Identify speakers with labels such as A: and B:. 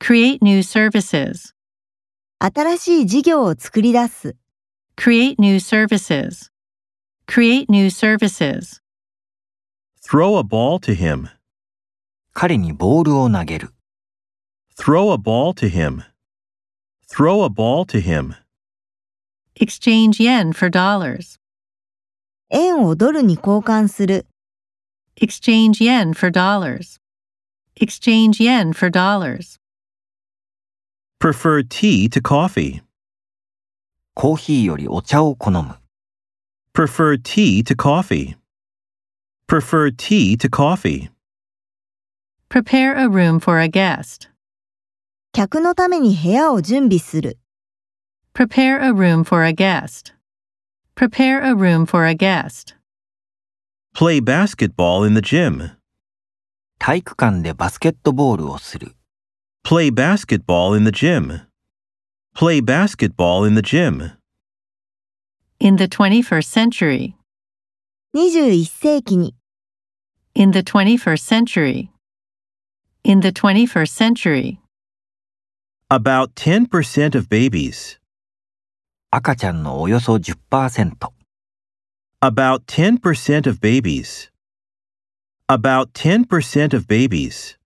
A: create new services,
B: 新しい事業を作り出す、
A: create new services, create new services,
C: Throw a ball to him.
D: 彼にボールを投げる。
C: Throw a ball to him. Throw a ball to him.
A: exchange yen for dollars,
B: 円をドルに交換する、
A: exchange yen for dollars, exchange yen for dollars,
C: Prefer tea to coffee.
D: コーヒーよりお茶を好む。
C: Prefer tea to coffee. Prefer tea to coffee.
A: prepare a room for a guest,
B: 客のために部屋を準備する、
A: prepare a room for a guest, prepare a room for a guest,
C: Play basketball in the gym.
D: 体育館でバスケットボールをする。
C: Play basketball in the gym. Play basketball in the gym.
A: in the 21st century,
B: 21世紀に、
A: in the 21st century, in the 21st century.
C: About 10% of babies.
D: 赤ちゃんのおよそ10%。
C: About 10% of babies. About 10% of babies.